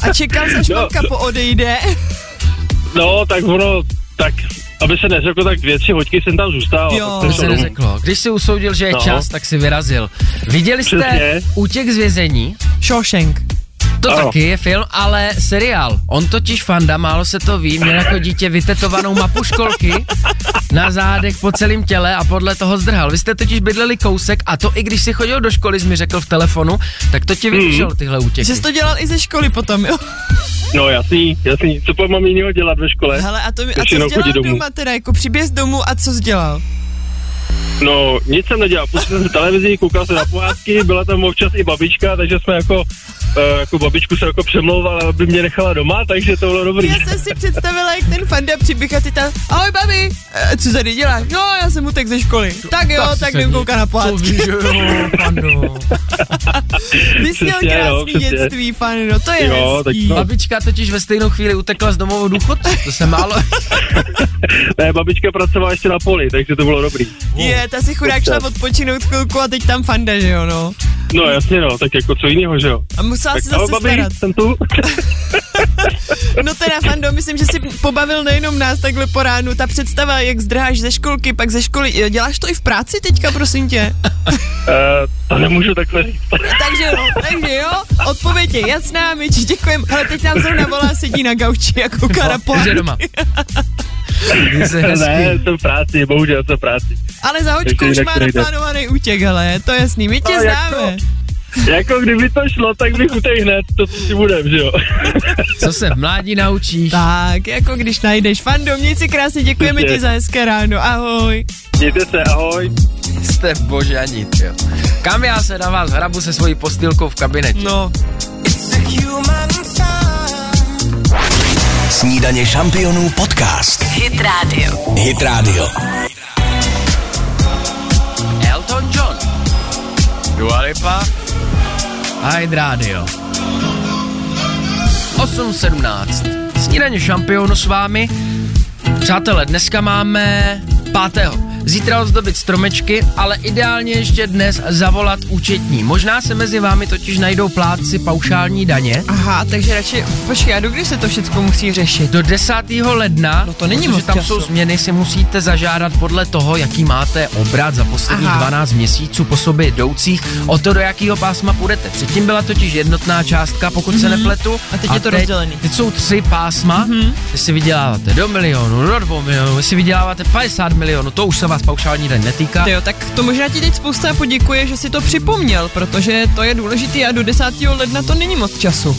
A čekal jsi, až
No.
mamka poodejde.
No, tak ono, tak aby se neřeklo, tak dvě, tři hoďky jsem tam zůstal.
Jo.
a
To
pak jsem
se
šel domů.
neřeklo. Když si usoudil, že je
No.
čas, tak si vyrazil. Viděli jste
Přesně.
Útěk z vězení?
Shawshank.
To
Ano.
taky je film, ale seriál. On totiž fanda, málo se to ví, měl jako dítě vytetovanou mapu školky na zádech po celém těle a podle toho zdrhal. Vy jste totiž bydleli kousek a to i když si chodil do školy, jsi mi řekl v telefonu, tak to
Mhm.
ti vydržel tyhle útěky.
Že jsi to dělal i ze školy potom, jo?
No jasný, jasný, co pak mám jiného dělat ve škole?
Hele, a, to, mi- a co jsi
Většinou
dělal
chodí domů.
doma teda, jako přiběz domů a co jsi dělal?
No, nic jsem nedělal, pustil jsem televizi, koukal jsem na pohádky, byla tam občas i babička, takže jsme jako, eh, jako babičku se jako přemlouval, aby mě nechala doma, takže to bylo dobrý.
Já jsem si představila, jak ten fanda přiběh a ty tam, ahoj babi, e, co tady děláš? No, já jsem utek ze školy. Tak jo, tak,
si
tak
sedni.
jdem koukat na
To
pohádky.
víš, že jo, fando.
Ty bys měl
přesně, no,
krásný
přesně.
dětství, pane, no to je
Jo, tak
hezký.
no.
Babička totiž ve stejnou chvíli utekla z domovou důchodců, to se málo...
Ne, babička pracovala ještě na poli, takže to bylo dobrý.
Je, ta si chudák šla odpočinout chvilku a teď tam fanda, že jo, no.
No jasně no, tak jako co jiného, že jo?
A musela
Tak
si zase
babi,
starat.
jsem tu.
No teda, Fando, myslím, že jsi pobavil nejenom nás takhle po ránu. Ta představa, jak zdrháš ze školky, pak ze školy. Děláš to i v práci teďka, prosím tě?
Eh, to nemůžu takhle říct.
Takže jo, takže jo, odpověď je jasná, my ti děkujeme. Ale teď nám zrovna volá, sedí na gauči a kouká na
No, že
pohár.
doma. Měj se
Ne,
hezky.
jsem v práci, bohužel jsem v práci.
Ale za hoďku
Ještě
už
jinak
má
to nejde.
naplánovaný útěk, ale je to jasný, my tě
No, jak to?
známe.
Jako kdyby to šlo, tak bych utej hned, to co si budem, že jo?
Co se v mládí naučíš?
Tak, jako když najdeš. Fando, měj si krásně, děkujeme
Určitě.
ti za hezké ráno, ahoj.
Mějte se, ahoj.
Jste božani, jo. Kam já se na vás hrabu se svojí postýlkou v kabinetě?
No,
Snídaně šampionů podcast.
Hit Radio.
Hit Radio.
Elton John. Dua Lipa. Hyde Radio. 8.17. Snídaně šampionu s vámi. Přátelé, dneska máme pátého. Zítra ozdobit stromečky, ale ideálně ještě dnes zavolat účetní. Možná se mezi vámi totiž najdou plátci paušální daně.
aha, takže radši, počkej, a dokdy se to všechno musí řešit?
Do 10. ledna,
No to není
protože
moc
tam
času.
jsou změny, si musíte zažádat podle toho, jaký máte obrat za posledních
Aha.
12 měsíců po sobě jdoucích, o to, do jakého pásma půjdete. Předtím byla totiž jednotná částka, pokud se nepletu.
Mhm. A teď je to rozdělený. Mhm.
Teď jsou tři pásma, mm-hmm. si vyděláváte do milionu, do dvou milionů, jestli vyděláváte 50 milionů, to už se vás paušální daň netýká.
Ty jo, tak to možná ti teď spousta poděkuje, že si to připomněl, protože to je důležitý a do 10. ledna to není moc času.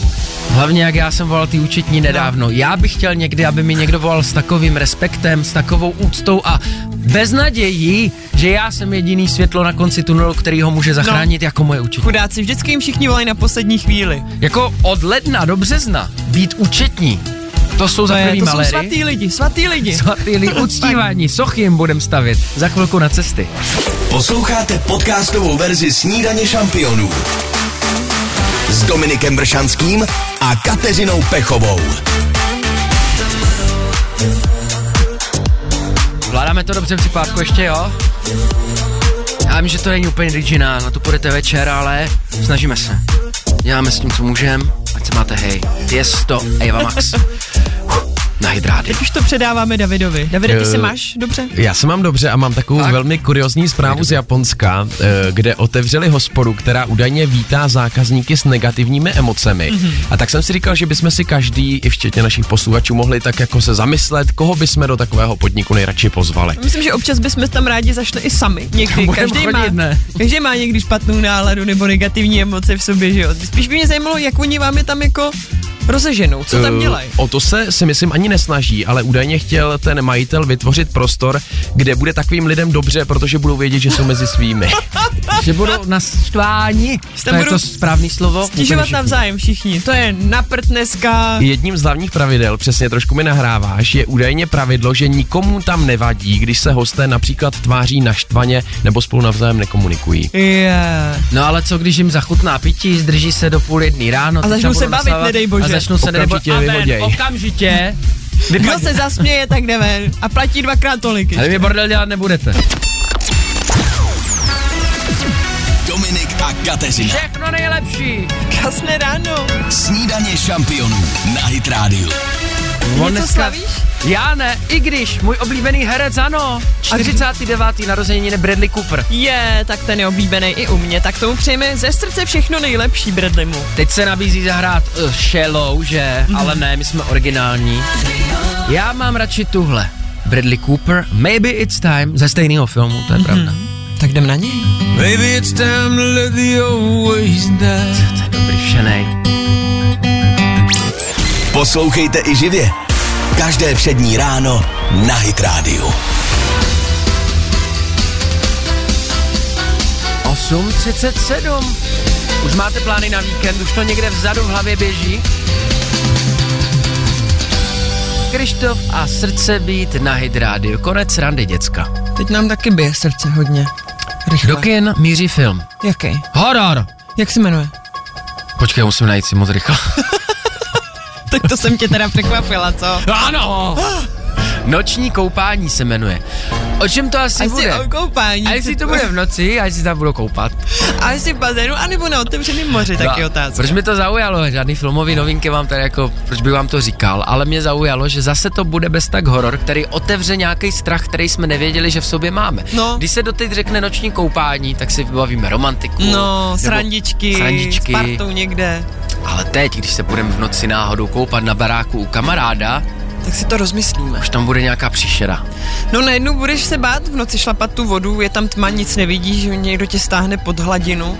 Hlavně jak já jsem volal ty
No.
účetní nedávno. Já bych chtěl někdy, aby mi někdo volal s takovým respektem, s takovou úctou a bez naději, že já jsem jediný světlo na konci tunelu, který ho může zachránit no. jako moje účetní.
Chudáci, vždycky jim všichni volají na poslední chvíli.
Jako od ledna do března být účetní, to jsou
To,
za
je,
prvý
to jsou
malery.
svatý lidi, svatý lidi.
Svatý lidi, uctívání, sochy jim budem stavět za chvilku na cesty.
Posloucháte podcastovou verzi Snídaně šampionů s Dominikem Bršanským a Kateřinou Pechovou.
Vládáme to dobře při pátku ještě, jo? Já vím, že to není úplně rigidná, na to půjdete večer, ale snažíme se. Děláme s tím, co můžem, ať se máte hej. Jest to Eva Max. Uf, Na hydrády.
Teď už to předáváme Davidovi. Davide, ty se
Eh,
máš dobře?
Já se mám dobře a mám takovou
Fakt?
Fakt? velmi kuriozní zprávu z Japonska, eh, kde otevřeli hospodu, která údajně vítá zákazníky s negativními emocemi.
Mhm.
Mm-hmm. A tak jsem si říkal, že bychom si každý, i včetně našich posluchačů, mohli tak jako se zamyslet, koho bychom do takového podniku nejradši pozvali.
Myslím, že občas bychom tam rádi zašli i sami. Někdy.
budeme
Každý
chodit,
má,
ne?
každý má někdy špatnou náladu nebo negativní emoce v sobě, že jo? Spíš by mě zajímalo, jak oni vám je tam jako rozeženou, co tam
Eh,
dělají.
O to se si myslím ani nesnaží, ale údajně chtěl ten majitel vytvořit prostor, kde bude takovým lidem dobře, protože budou vědět, že jsou mezi svými.
Že budou naštváni,
Že tam
to je
budou
to správný slovo. Úplně
Stěžovat
všichni.
navzájem všichni. To je naprt dneska.
Jedním z hlavních pravidel, přesně trošku mi nahráváš, je údajně pravidlo, že nikomu tam nevadí, když se hosté například tváří naštvaně nebo spolu navzájem nekomunikují.
Yeah.
No ale co když jim zachutná pití, zdrží se do půl jedný ráno.
A
teď
začnou
tam
se
budou
bavit,
nasávat
nedej bože.
A začnou se nebo
Okamžitě je vyhoděj.
okamžitě.
Kdo se zasměje, tak jde ven. A platí dvakrát tolik.
Ale vy bordel dělat nebudete.
Dominik a Kateřina.
Všechno nejlepší.
Krásné ráno.
Snídaně šampionů na Hit Radio.
On
Něco slavíš?
Já ne, i když můj oblíbený herec ano, 49. narozeniny Bradley Cooper.
Je, tak ten je oblíbený i u mě, tak tomu přejeme ze srdce všechno nejlepší Bradleymu.
Teď se nabízí zahrát uh, Shallow, že?
Mhm.
Mm. Ale ne, my jsme originální. Já mám radši tuhle. Bradley Cooper, Maybe It's Time, ze stejného filmu, to je pravda.
Mhm. Tak jdem na něj.
Maybe it's time to let the old ways die. To je dobrý všenej.
Poslouchejte i živě. Každé přední ráno na Hit Radio.
8.37. Už máte plány na víkend, už to někde vzadu v hlavě běží. Krištof a srdce být na Hydrádiu. Konec randy děcka.
Teď nám taky bije srdce hodně. Rychle.
Do kin míří film.
Jaký?
Horor.
Jak se jmenuje?
Počkej, musím najít si moc rychle.
Tak to jsem tě teda překvapila, co?
No, ano! Noční koupání se jmenuje. O čem to asi
Asi
bude?
o koupání.
A jestli to bude v no- noci, a jestli tam budu koupat.
A jestli v bazénu, anebo na otevřeném moři, tak je otázka.
No, Proč mi to zaujalo? Žádný filmový novinky vám tady jako, proč bych vám to říkal, ale mě zaujalo, že zase to bude bez tak horor, který otevře nějaký strach, který jsme nevěděli, že v sobě máme.
No.
Když se doteď řekne noční koupání, tak si vybavíme romantiku.
No,
nebo
srandičky,
srandičky.
s partou někde.
Ale teď, když se budeme v noci náhodou koupat na baráku u kamaráda,
Tak si to rozmyslíme.
už tam bude nějaká příšera.
No najednou budeš se bát v noci šlapat tu vodu, je tam tma, nic nevidíš, že někdo tě stáhne pod hladinu.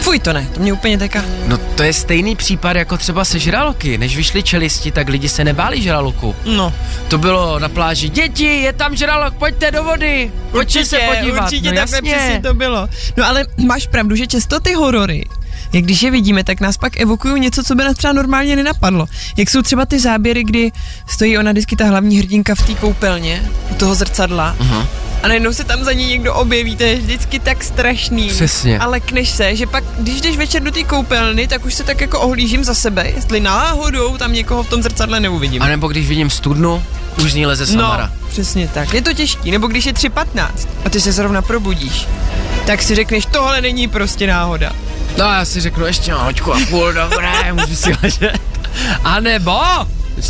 Fuj, to ne, to mě úplně teká.
No to je stejný případ jako třeba se žraloky. Než vyšli čelisti, tak lidi se nebáli žraloku.
No,
To bylo na pláži. Děti, je tam žralok, pojďte do vody. Pojďte
určitě,
se podívat.
určitě
no,
takhle
jasně.
přesně to bylo. No ale máš pravdu, že často ty horory, jak když je vidíme, tak nás pak evokují něco, co by nás třeba normálně nenapadlo. Jak jsou třeba ty záběry, kdy stojí ona vždycky ta hlavní hrdinka v té koupelně, u toho zrcadla,
Mhm.
uh-huh. a najednou se tam za ní někdo objeví, to je vždycky tak strašný.
Přesně.
Ale kneš se, že pak, když jdeš večer do té koupelny, tak už se tak jako ohlížím za sebe, jestli náhodou tam někoho v tom zrcadle neuvidím.
A nebo když vidím studnu, už z ní leze Samara.
No, přesně tak. Je to těžký, nebo když je 3.15 a ty se zrovna probudíš, tak si řekneš, tohle není prostě náhoda.
No, já si řeknu ještě mám hoďku a půl, dobré, můžu si ležet. A nebo,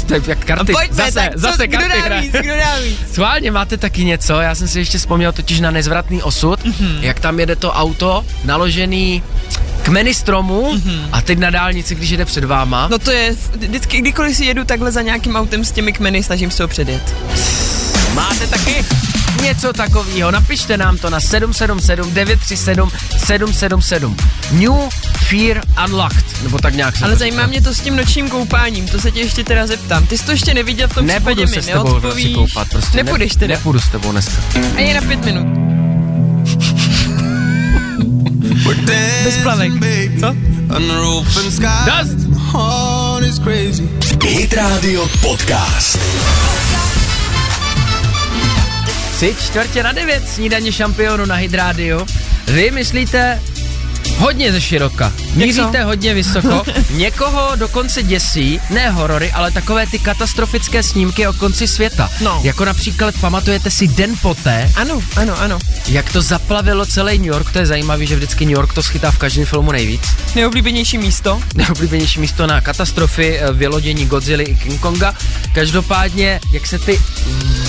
to je jak karty,
Pojďme,
zase,
tak co,
zase
kdo
karty
dá
hraje.
víc, kdo dá víc.
Schválně máte taky něco, já jsem si ještě vzpomněl totiž na nezvratný osud,
Mhm.
mm-hmm. jak tam jede to auto naložený kmeny stromů
Mhm.
mm-hmm. a teď na dálnici, když jede před váma, no.
No to je, vždycky, kdykoliv si jedu takhle za nějakým autem s těmi kmeny, snažím se ho předjet.
máte taky něco takového, napište nám to na 777 937 777 New Fear Unlocked, nebo tak nějak se
Ale
to
zajímá mě to s tím nočním koupáním, to se tě ještě teda zeptám. Ty jsi to ještě neviděl v tom
Nepůjdu
případě,
se s
mi
tebou v noci
neodpovíš.
koupat, prostě
Nepůjdeš
ne,
teda,
Nepůjdu s tebou dneska.
ani na pět minut. Bez plavek, co?
Dost!
Hit Radio Podcast.
Tři čtvrtě na devět, snídaně šampionu na Hydrádiu. Vy myslíte hodně ze široka. Míříte hodně vysoko. Někoho dokonce děsí, ne horory, ale takové ty katastrofické snímky o konci světa.
No.
Jako například pamatujete si den poté,
Ano, ano, ano.
jak to zaplavilo celý New York. To je zajímavé, že vždycky New York to schytá v každém filmu nejvíc.
Nejoblíbenější místo?
nejoblíbenější místo na katastrofy, eh, vylodění Godzilla i King Konga. Každopádně, jak se ty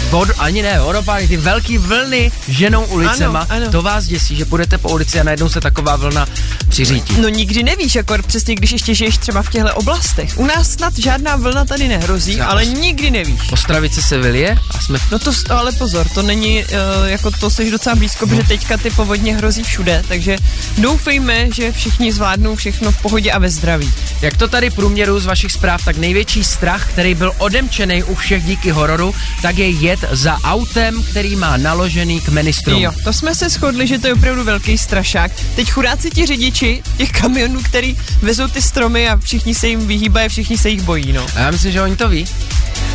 vod, ani ne, vodopády, ty velký vlny ženou ulicema,
Ano, ano.
to vás děsí, že půjdete po ulici a najednou se taková vlna přiřítí.
No nikdy nevíš, jako přesně když ještě žiješ třeba v těchto oblastech. U nás snad žádná vlna tady nehrozí,
Třeba
ale
os-
nikdy nevíš.
Ostravice se vylije a jsme
No to, s- ale pozor, to není, uh, jako to jsi docela blízko, protože teďka ty povodně hrozí všude, takže doufejme, že všichni zvládnou všechno v pohodě a ve zdraví.
Jak to tady průměru z vašich zpráv, tak největší strach, který byl odemčený u všech díky hororu, tak je jet za autem, který má naložený kmeny stromů.
Jo, to jsme se shodli, že to je opravdu velký strašák. Teď chudáci ti řidiči těch kamionů, který vezou ty stromy a všichni se jim vyhýbají, všichni se jich bojí, no.
A já myslím, že oni to ví.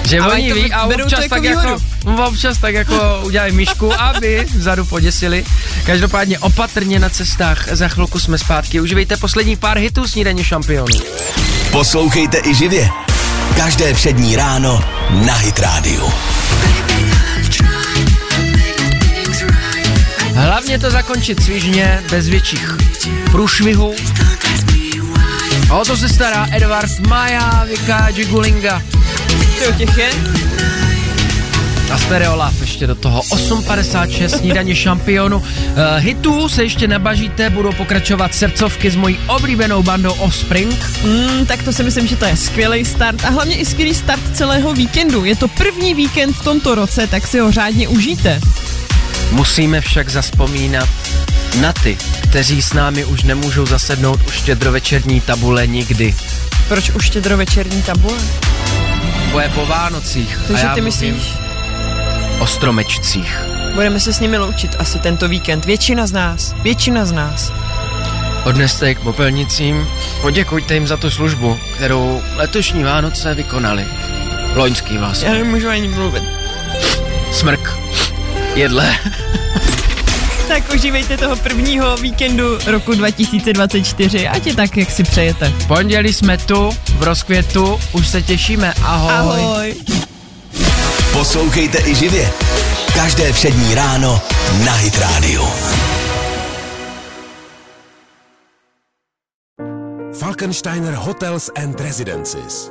Že
A
oni
oni to
ví a
berou to
občas
jako
tak
výhodu.
jako, občas tak jako udělají myšku, aby vzadu poděsili. Každopádně opatrně na cestách, za chvilku jsme zpátky. Užívejte poslední pár hitů snídaně šampionů.
Poslouchejte i živě. Každé přední ráno na Hit Radio.
Hlavně to zakončit svižně, bez větších průšvihů. A o to se stará Edward Maja, Vika Gigulinga
Jo, těch je.
a Stereolab ještě do toho 8.56 snídaně šampionu. Uh, hitů se ještě nabažíte, budou pokračovat srdcovky s mojí oblíbenou bandou Offspring.
Mm, tak to si myslím, že to je skvělý start a hlavně i skvělý start celého víkendu. Je to první víkend v tomto roce, tak si ho řádně užijte.
Musíme však zaspomínat na ty, kteří s námi už nemůžou zasednout u štědrovečerní tabule nikdy.
Proč už štědrovečerní tabule?
Bo je po Vánocích.
Takže
a já
ty
mluvím
myslíš,
O stromečcích.
budeme se s nimi loučit asi tento víkend. Většina z nás, většina z nás.
Odneste je k popelnicím, poděkujte jim za tu službu, kterou letošní Vánoce vykonali. Loňský vlastně.
Já nemůžu ani mluvit.
Smrk. Jedle.
tak užívejte toho prvního víkendu roku 2024, ať je tak, jak si přejete.
V pondělí jsme tu, v rozkvětu, už se těšíme, ahoj.
Ahoj.
Poslouchejte i živě. Každé přední ráno na Hit Radio.
Falkensteiner Hotels and Residences.